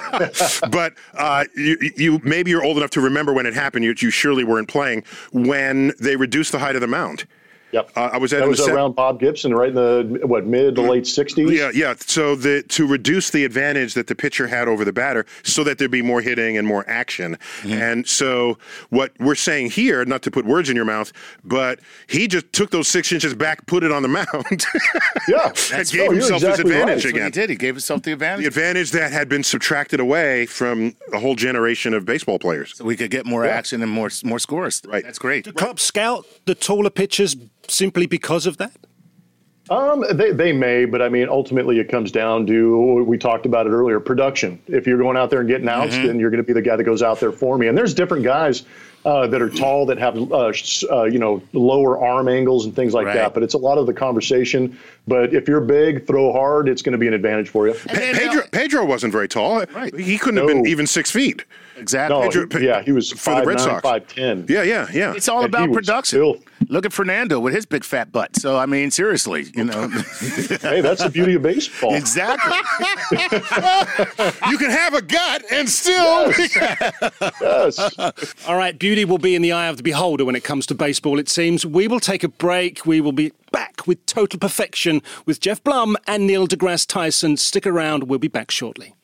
[SPEAKER 3] but uh, you, you maybe you're old enough to remember when it happened. You, you surely weren't playing when they reduced the height of the mound.
[SPEAKER 4] Yep,
[SPEAKER 3] Uh, I was at
[SPEAKER 4] that
[SPEAKER 3] an
[SPEAKER 4] was
[SPEAKER 3] assem-
[SPEAKER 4] around Bob Gibson, right in the what mid to late '60s.
[SPEAKER 3] Yeah, yeah. So the to reduce the advantage that the pitcher had over the batter, so that there'd be more hitting and more action. And so what we're saying here, not to put words in your mouth, but he just took those six inches back, put it on the mound,
[SPEAKER 4] yeah.
[SPEAKER 3] and
[SPEAKER 4] No,
[SPEAKER 3] gave
[SPEAKER 4] you're
[SPEAKER 3] himself
[SPEAKER 4] exactly
[SPEAKER 3] his advantage
[SPEAKER 4] right.
[SPEAKER 2] That's what he
[SPEAKER 3] again.
[SPEAKER 2] did. He gave himself the advantage.
[SPEAKER 3] The advantage that had been subtracted away from a whole generation of baseball players.
[SPEAKER 2] we could get more action and more more scores.
[SPEAKER 3] Right.
[SPEAKER 2] That's great.
[SPEAKER 1] Club scout the taller pitchers simply because of that.
[SPEAKER 4] Um, they, they may, but I mean, ultimately it comes down to, we talked about it earlier, production. If you're going out there and getting outs,
[SPEAKER 3] Mm-hmm.
[SPEAKER 4] then you're going to be the guy that goes out there for me. And there's different guys uh, that are tall that have, uh, sh- uh, you know, lower arm angles and things like
[SPEAKER 2] Right.
[SPEAKER 4] that. But it's a lot of the conversation. But if you're big, throw hard, it's going to be an advantage for you.
[SPEAKER 2] And then, uh,
[SPEAKER 3] Pedro, Pedro wasn't very tall.
[SPEAKER 2] Right.
[SPEAKER 3] He couldn't have
[SPEAKER 4] No.
[SPEAKER 3] been even six feet.
[SPEAKER 2] Exactly.
[SPEAKER 4] No,
[SPEAKER 3] Pedro-
[SPEAKER 4] he- yeah, he was
[SPEAKER 3] for the Red
[SPEAKER 4] 5'9",
[SPEAKER 3] Sox.
[SPEAKER 4] 5'10".
[SPEAKER 3] Yeah, yeah, yeah.
[SPEAKER 2] It's all
[SPEAKER 4] And he
[SPEAKER 2] about
[SPEAKER 4] was
[SPEAKER 2] production.
[SPEAKER 4] filth.
[SPEAKER 2] Look at Fernando with his big fat butt. So I mean, seriously, you know,
[SPEAKER 4] Hey, that's the beauty of baseball.
[SPEAKER 2] exactly.
[SPEAKER 3] you can have a gut and still.
[SPEAKER 4] Yes.
[SPEAKER 1] All right, beauty will be in the eye of the beholder when it comes to baseball, it seems. We will take a break. We will be back with Total Perfection with Jeff Blum and Neil deGrasse Tyson. Stick around, we'll be back shortly.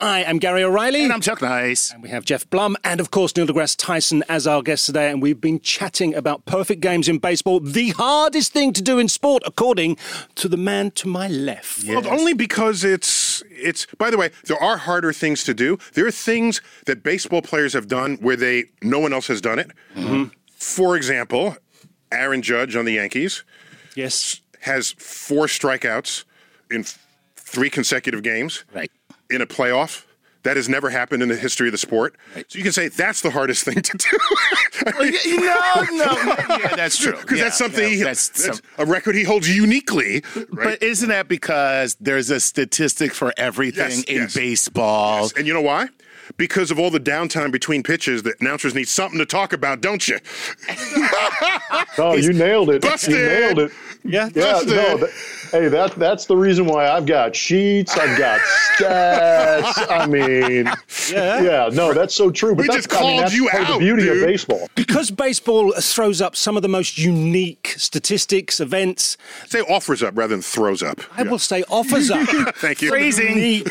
[SPEAKER 1] I am Gary O'Reilly.
[SPEAKER 2] and I'm Chuck Nice.
[SPEAKER 1] And we have Jeff Blum and, of course, Neil deGrasse Tyson as our guest today. And we've been chatting about perfect games in baseball, the hardest thing to do in sport, according to the man to my left.
[SPEAKER 3] Well, only because it's it's. By the way, there are harder things to do. There are things that baseball players have done where they no one else has done it. For example, Aaron Judge on the Yankees
[SPEAKER 1] Yes.
[SPEAKER 3] has four strikeouts in f- three consecutive games
[SPEAKER 2] Right.
[SPEAKER 3] in a playoff. That has never happened in the history of the sport. So you can say that's the hardest thing to do. Oh,
[SPEAKER 2] Well, y- you know, no, no, yeah, that's true.
[SPEAKER 3] Because
[SPEAKER 2] Yeah,
[SPEAKER 3] that's something,
[SPEAKER 2] yeah,
[SPEAKER 3] he-
[SPEAKER 2] that's
[SPEAKER 3] that's
[SPEAKER 2] some-
[SPEAKER 3] a record he holds uniquely, right?
[SPEAKER 2] But isn't that because there's a statistic for everything
[SPEAKER 3] Yes,
[SPEAKER 2] in
[SPEAKER 3] yes.
[SPEAKER 2] baseball?
[SPEAKER 3] And you know why? Because of all the downtime between pitches, the announcers need something to talk about, don't you?
[SPEAKER 4] Oh, you nailed it.
[SPEAKER 3] busted.
[SPEAKER 4] You nailed it.
[SPEAKER 1] Yeah.
[SPEAKER 4] Yeah,
[SPEAKER 3] Busted.
[SPEAKER 4] no, th- hey, that that's the reason why I've got sheets, I've got stats. I mean,
[SPEAKER 1] Yeah.
[SPEAKER 4] yeah, no, that's so true. But
[SPEAKER 3] We
[SPEAKER 4] that's,
[SPEAKER 3] just
[SPEAKER 4] I mean,
[SPEAKER 3] called
[SPEAKER 4] that's
[SPEAKER 3] you
[SPEAKER 4] part of
[SPEAKER 3] out,
[SPEAKER 4] the beauty
[SPEAKER 3] dude.
[SPEAKER 4] of baseball.
[SPEAKER 1] because baseball throws up some of the most unique statistics, events,
[SPEAKER 3] Say offers up rather than throws up.
[SPEAKER 1] I will say offers up.
[SPEAKER 3] Thank you.
[SPEAKER 2] Phrasing.
[SPEAKER 1] Unique.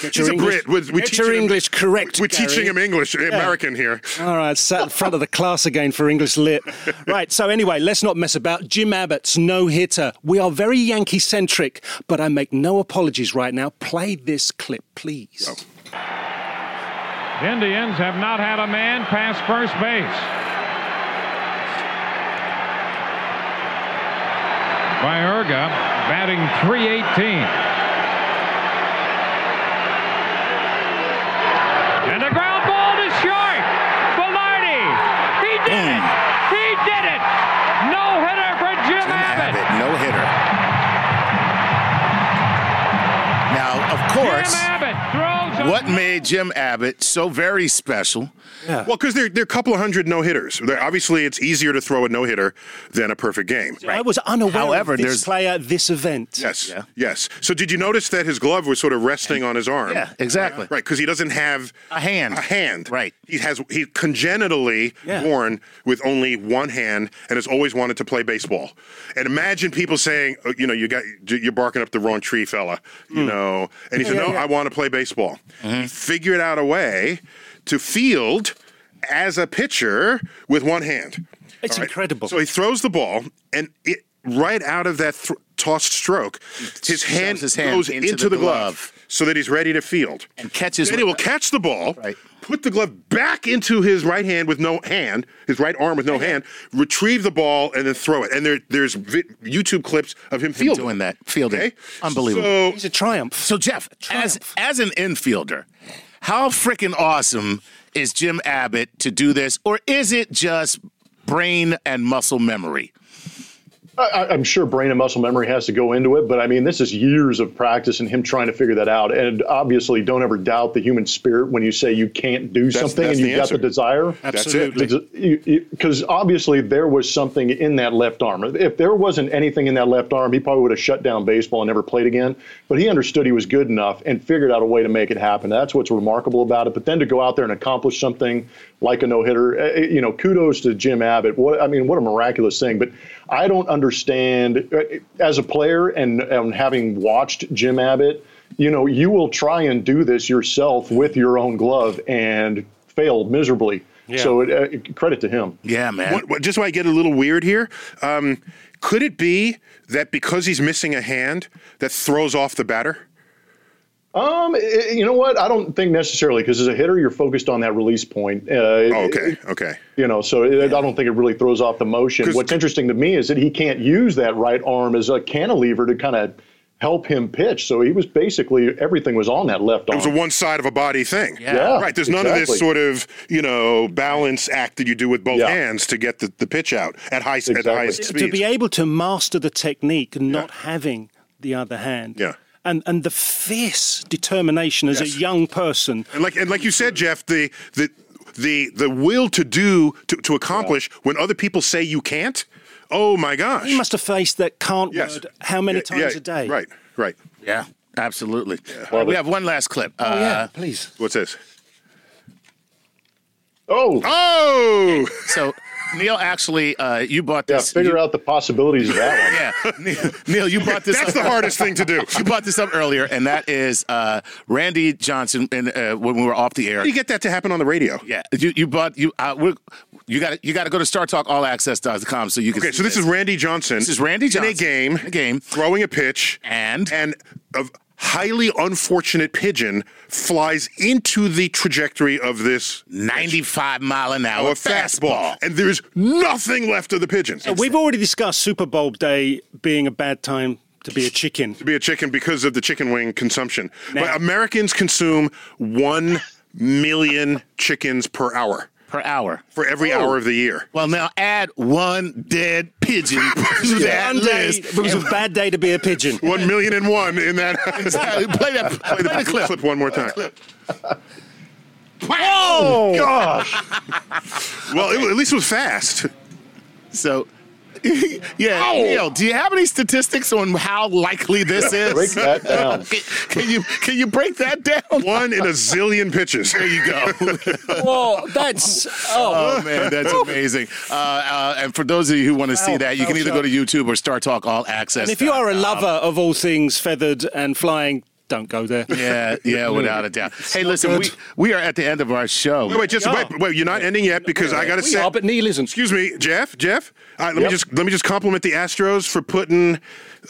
[SPEAKER 1] Get your
[SPEAKER 3] a
[SPEAKER 1] English-
[SPEAKER 3] Brit. We- we
[SPEAKER 1] Get
[SPEAKER 3] teach
[SPEAKER 1] your
[SPEAKER 3] him-
[SPEAKER 1] English correct.
[SPEAKER 3] We're
[SPEAKER 1] Gary.
[SPEAKER 3] teaching him English, American here.
[SPEAKER 1] All right, sat in front of the class again for English Lit. Right, so anyway, let's not mess about. Jim Abbott's no hitter. We are very Yankee centric, but I make no apologies right now. Play this clip, please.
[SPEAKER 3] Oh,
[SPEAKER 6] Indians have not had a man pass first base. Mayorga batting 318. And the ground ball to short. Velarde. He did it. He did it. No hitter for Jim
[SPEAKER 2] Jim
[SPEAKER 6] Abbott.
[SPEAKER 2] Abbott, no hitter. Now, of course,
[SPEAKER 6] Jim Abbott throws. a-
[SPEAKER 2] what made Jim Abbott so very special?
[SPEAKER 3] Well, because they're, they're a couple of hundred no hitters. Obviously, it's easier to throw a no hitter than a perfect game.
[SPEAKER 1] I was unaware
[SPEAKER 2] However,
[SPEAKER 1] of this
[SPEAKER 2] there's-
[SPEAKER 1] player at this event.
[SPEAKER 3] Yes.
[SPEAKER 2] Yeah.
[SPEAKER 3] Yes. So did you notice that his glove was sort of resting on his arm?
[SPEAKER 2] Yeah, exactly.
[SPEAKER 3] Right, because he doesn't have
[SPEAKER 2] A hand.
[SPEAKER 3] A hand.
[SPEAKER 2] Right.
[SPEAKER 3] He has he congenitally
[SPEAKER 1] Yeah.
[SPEAKER 3] born with only one hand and has always wanted to play baseball. And imagine people saying, oh, you know, you got you're barking up the wrong tree, fella.
[SPEAKER 2] Hmm.
[SPEAKER 3] You know. And he said, No, I want to play baseball.
[SPEAKER 2] Mm-hmm.
[SPEAKER 3] He figured out a way to field as a pitcher with one hand.
[SPEAKER 1] It's
[SPEAKER 3] All right.
[SPEAKER 1] incredible.
[SPEAKER 3] So he throws the ball, and it right out of that th- tossed stroke,
[SPEAKER 2] shoves
[SPEAKER 3] his hand,
[SPEAKER 2] his hand
[SPEAKER 3] goes
[SPEAKER 2] into
[SPEAKER 3] into,
[SPEAKER 2] the
[SPEAKER 3] the,
[SPEAKER 2] glove.
[SPEAKER 3] glove. so that he's ready to field.
[SPEAKER 2] And catches
[SPEAKER 3] Then
[SPEAKER 2] with
[SPEAKER 3] he will
[SPEAKER 2] the-
[SPEAKER 3] catch the ball,
[SPEAKER 2] Right.
[SPEAKER 3] put the glove back into his right hand with no hand, his right arm with no hand, retrieve the ball, and then throw it. And there, there's vi- YouTube clips of him fielding.
[SPEAKER 2] doing that, fielding. Unbelievable.
[SPEAKER 3] So
[SPEAKER 1] It's a triumph.
[SPEAKER 2] So, Jeff, as, as an infielder, how freaking awesome is Jim Abbott to do this, or is it just brain and muscle memory?
[SPEAKER 4] I, I'm sure brain and muscle memory has to go into it, but I mean, this is years of practice and him trying to figure that out. And obviously, don't ever doubt the human spirit when you say you can't do something
[SPEAKER 3] that's
[SPEAKER 4] and
[SPEAKER 3] the
[SPEAKER 4] you've got the
[SPEAKER 3] answer.
[SPEAKER 4] desire.
[SPEAKER 1] Absolutely.
[SPEAKER 4] Because obviously, there was something in that left arm. If there wasn't anything in that left arm, he probably would have shut down baseball and never played again. But he understood he was good enough and figured out a way to make it happen. That's what's remarkable about it. But then to go out there and accomplish something like a no hitter, eh, eh, you know, kudos to Jim Abbott. What I mean, what a miraculous thing. But I don't understand eh, as a player and, and having watched Jim Abbott. You know, you will try and do this yourself with your own glove and fail miserably. So it, uh, credit to him.
[SPEAKER 2] Yeah, man.
[SPEAKER 3] What, what, just so I get a little weird here, um, could it be that because he's missing a hand, that throws off the batter?
[SPEAKER 4] Um, i- i- you know what? I don't think necessarily because as a hitter, you're focused on that release point. Uh,
[SPEAKER 3] Oh, okay, okay.
[SPEAKER 4] You know, so it, I don't think it really throws off the motion.
[SPEAKER 3] 'Cause-
[SPEAKER 4] What's interesting to me is that he can't use that right arm as a cantilever to kind of help him pitch. So he was basically everything was on that left
[SPEAKER 3] It
[SPEAKER 4] arm.
[SPEAKER 3] was a one side of a body thing.
[SPEAKER 4] Yeah,
[SPEAKER 3] right. There's none of this
[SPEAKER 4] exactly.
[SPEAKER 3] sort of you know balance act that you do with both
[SPEAKER 4] Yeah.
[SPEAKER 3] hands to get the, the pitch out at high at
[SPEAKER 4] Exactly.
[SPEAKER 3] highest
[SPEAKER 1] to
[SPEAKER 3] speed.
[SPEAKER 1] be able to master the technique and not having the other hand.
[SPEAKER 3] Yeah.
[SPEAKER 1] And and the fierce determination as a young person.
[SPEAKER 3] and like and like you
[SPEAKER 2] uh,
[SPEAKER 3] said, Jeff, the the the the will to do to, to accomplish when other people say you can't. Oh my gosh.
[SPEAKER 1] He must have faced that can't
[SPEAKER 3] yes.
[SPEAKER 1] word how many
[SPEAKER 3] Yeah,
[SPEAKER 1] times
[SPEAKER 3] yeah,
[SPEAKER 1] a day?
[SPEAKER 3] Right. Right.
[SPEAKER 2] yeah, absolutely. All right, we have one last clip.
[SPEAKER 1] Oh, yeah,
[SPEAKER 2] Uh,
[SPEAKER 1] please.
[SPEAKER 3] What's this?
[SPEAKER 4] oh,
[SPEAKER 3] Ah, Oh.
[SPEAKER 2] So, Neil, actually, uh, you bought
[SPEAKER 4] yeah.
[SPEAKER 2] this.
[SPEAKER 4] Figure
[SPEAKER 2] you-
[SPEAKER 4] out the possibilities of that one.
[SPEAKER 2] Yeah, Neil, Neil, you brought this.
[SPEAKER 3] That's
[SPEAKER 2] up.
[SPEAKER 3] the hardest thing to do.
[SPEAKER 2] You brought this up earlier, and that is uh, Randy Johnson. And uh, when we were off the air,
[SPEAKER 3] How do you get that to happen on the radio?
[SPEAKER 2] yeah, you you bought you uh, we're, you got you got to go to StarTalkAllAccess.com so you can.
[SPEAKER 3] Okay,
[SPEAKER 2] see
[SPEAKER 3] so this is Randy Johnson.
[SPEAKER 2] This is Randy Johnson
[SPEAKER 3] in a game,
[SPEAKER 2] In a game.
[SPEAKER 3] throwing a pitch,
[SPEAKER 2] And?
[SPEAKER 3] and a highly unfortunate pigeon flies into the trajectory of this
[SPEAKER 2] 95 mile an hour
[SPEAKER 3] a
[SPEAKER 2] fastball.
[SPEAKER 3] fastball, and there's nothing left of the pigeon.
[SPEAKER 1] Uh, We've already discussed Super Bowl day being a bad time to be a chicken.
[SPEAKER 3] to be a chicken because of the chicken wing consumption,
[SPEAKER 1] Now-
[SPEAKER 3] but Americans consume one million chickens per hour
[SPEAKER 2] per hour.
[SPEAKER 3] for every hour of the year.
[SPEAKER 2] Well, now add one dead pigeon to that
[SPEAKER 1] One day,
[SPEAKER 2] list.
[SPEAKER 1] it was a bad day to be a pigeon.
[SPEAKER 3] One million and one in that.
[SPEAKER 2] Exactly. Play that. Play the clip.
[SPEAKER 3] Clip one more time.
[SPEAKER 2] Whoa!
[SPEAKER 3] Well, it, at least it was fast.
[SPEAKER 2] So, yeah, Neil, do you have any statistics on how likely this is?
[SPEAKER 4] Break that down.
[SPEAKER 2] Can, can you can you break that down?
[SPEAKER 3] One in a zillion pitches. There you go.
[SPEAKER 1] Whoa, that's oh,
[SPEAKER 3] Uh,
[SPEAKER 2] Oh man, that's amazing! Uh, uh, and for those of you who want to see
[SPEAKER 1] Foul,
[SPEAKER 2] that, you can
[SPEAKER 1] foul
[SPEAKER 2] either go to YouTube or Star Talk All Access.
[SPEAKER 1] And if you are a lover of all things feathered and flying, don't go there.
[SPEAKER 2] Yeah, yeah, without a doubt. Hey, listen, we, we are at the end of our show.
[SPEAKER 3] Wait, wait, just
[SPEAKER 1] Yeah.
[SPEAKER 3] wait, wait. You're not ending yet because I got to
[SPEAKER 1] we
[SPEAKER 3] say.
[SPEAKER 1] are, but Neil isn't.
[SPEAKER 3] Excuse me, Jeff. Jeff, uh, let me just let me just compliment the Astros for putting.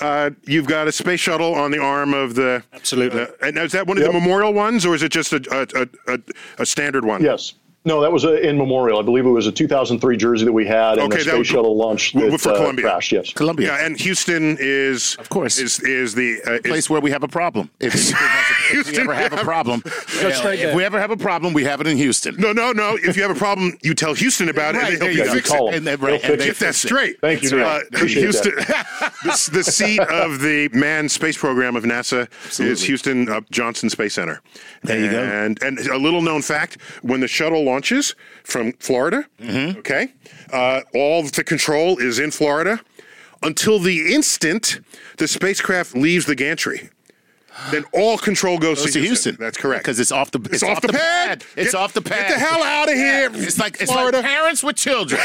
[SPEAKER 3] Uh, you've got a space shuttle on the arm of the.
[SPEAKER 1] Absolutely.
[SPEAKER 3] Uh, and is that one of the memorial ones, or is it just a a, a, a, a standard one?
[SPEAKER 4] Oh, Yes. No, that was uh in memorial. I believe it was a 2003 jersey that we had, and
[SPEAKER 3] Okay,
[SPEAKER 4] the
[SPEAKER 3] that
[SPEAKER 4] space
[SPEAKER 3] was-
[SPEAKER 4] shuttle launch
[SPEAKER 3] w-
[SPEAKER 4] that
[SPEAKER 3] for
[SPEAKER 4] uh,
[SPEAKER 3] Columbia.
[SPEAKER 4] crashed. Yes.
[SPEAKER 2] Columbia,
[SPEAKER 3] Yeah, and Houston is of
[SPEAKER 2] course.
[SPEAKER 3] is is the uh, is-
[SPEAKER 2] place where we have a problem. If, Houston has a- if we
[SPEAKER 3] Houston
[SPEAKER 2] ever have a
[SPEAKER 3] have-
[SPEAKER 2] problem, you know,
[SPEAKER 1] straight
[SPEAKER 2] if
[SPEAKER 1] there.
[SPEAKER 2] we ever have a problem, we have it in Houston.
[SPEAKER 3] no, no, no. If you have a problem, you tell Houston about it,
[SPEAKER 2] Right,
[SPEAKER 3] and they
[SPEAKER 2] there
[SPEAKER 3] help
[SPEAKER 2] you
[SPEAKER 3] you
[SPEAKER 2] go.
[SPEAKER 3] fix
[SPEAKER 4] Call
[SPEAKER 3] it.
[SPEAKER 4] them.
[SPEAKER 2] And they- right,
[SPEAKER 4] They'll
[SPEAKER 2] and
[SPEAKER 4] fix
[SPEAKER 2] they
[SPEAKER 3] Get that
[SPEAKER 2] fix it.
[SPEAKER 3] straight. Uh,
[SPEAKER 4] Thank you, Nick. Appreciate
[SPEAKER 3] Houston, the, the seat of the manned space program of NASA is Houston uh, Johnson Space Center. There
[SPEAKER 2] you go.
[SPEAKER 3] and, go. And a little known fact: when the shuttle launches from Florida, okay, uh, all the control is in Florida until the instant the spacecraft leaves the gantry. Then all control goes,
[SPEAKER 2] Goes to Houston.
[SPEAKER 3] That's correct.
[SPEAKER 2] Because it's off the
[SPEAKER 3] It's, off, the, pad.
[SPEAKER 2] It's
[SPEAKER 3] Get-
[SPEAKER 2] off the pad.
[SPEAKER 3] Get the hell out of here.
[SPEAKER 2] It's like it's
[SPEAKER 3] Florida.
[SPEAKER 2] like parents with children.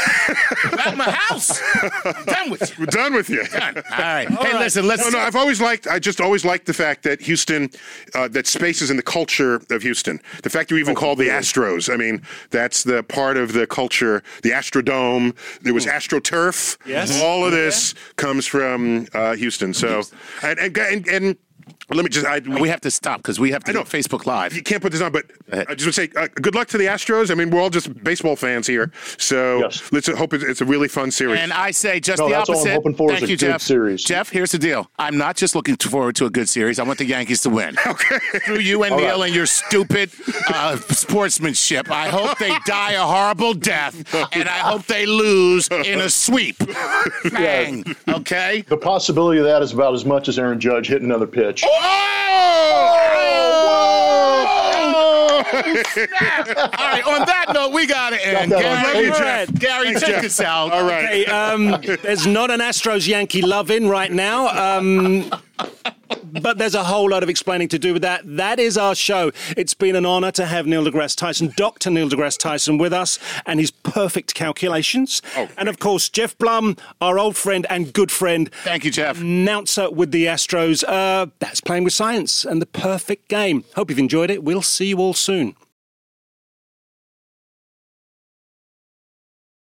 [SPEAKER 2] Out my house. I'm done with you.
[SPEAKER 3] We're done with you.
[SPEAKER 2] Done. All right. hey, listen. Let's.
[SPEAKER 3] No, no. I've always liked. I just always liked the fact that Houston, uh, that space is in the culture of Houston. The fact you even called the Astros. I mean, that's the part of the culture. The Astrodome. There was AstroTurf.
[SPEAKER 1] Yes.
[SPEAKER 3] All of this comes from uh, Houston. So, and and, and and let me just. I,
[SPEAKER 2] we have to stop because we have to
[SPEAKER 3] I
[SPEAKER 2] do
[SPEAKER 3] know.
[SPEAKER 2] Facebook Live.
[SPEAKER 3] you can't put this on, but
[SPEAKER 2] ahead.
[SPEAKER 3] I just want to say uh, good luck to the Astros. I mean, we're all just baseball fans here, so
[SPEAKER 4] Yes.
[SPEAKER 3] let's hope it's, it's a really fun series.
[SPEAKER 2] And I say just
[SPEAKER 4] No,
[SPEAKER 2] the
[SPEAKER 4] that's all I'm
[SPEAKER 2] opposite.
[SPEAKER 4] hoping for is
[SPEAKER 2] Thank
[SPEAKER 4] a
[SPEAKER 2] you,
[SPEAKER 4] good
[SPEAKER 2] Jeff.
[SPEAKER 4] series.
[SPEAKER 2] Jeff, here's the deal. I'm not just looking forward to a good series. I want the Yankees to win. Okay. Through you and Neil and your stupid uh, sportsmanship. I hope they die a horrible death, and I hope they lose in a sweep. Bang. Okay.
[SPEAKER 4] The possibility of that is about as much as Aaron Judge hitting another pitch.
[SPEAKER 2] Oh! Snap. All right. On that note, we gotta end.
[SPEAKER 4] Got that on
[SPEAKER 2] Gary,
[SPEAKER 1] tape. All right.
[SPEAKER 2] Gary, take us out.
[SPEAKER 3] all right.
[SPEAKER 1] Hey, um, there's not an Astros Yankee love in right now. Um, but there's a whole lot of explaining to do with that. That is our show. It's been an honor to have Neil deGrasse Tyson, Dr. Neil deGrasse Tyson, with us and his perfect calculations. and of course, Jeff Blum, our old friend and good friend,
[SPEAKER 2] Thank you, Jeff.
[SPEAKER 1] announcer with the Astros. Uh, that's playing with science and the perfect game. Hope you've enjoyed it. We'll see you all soon.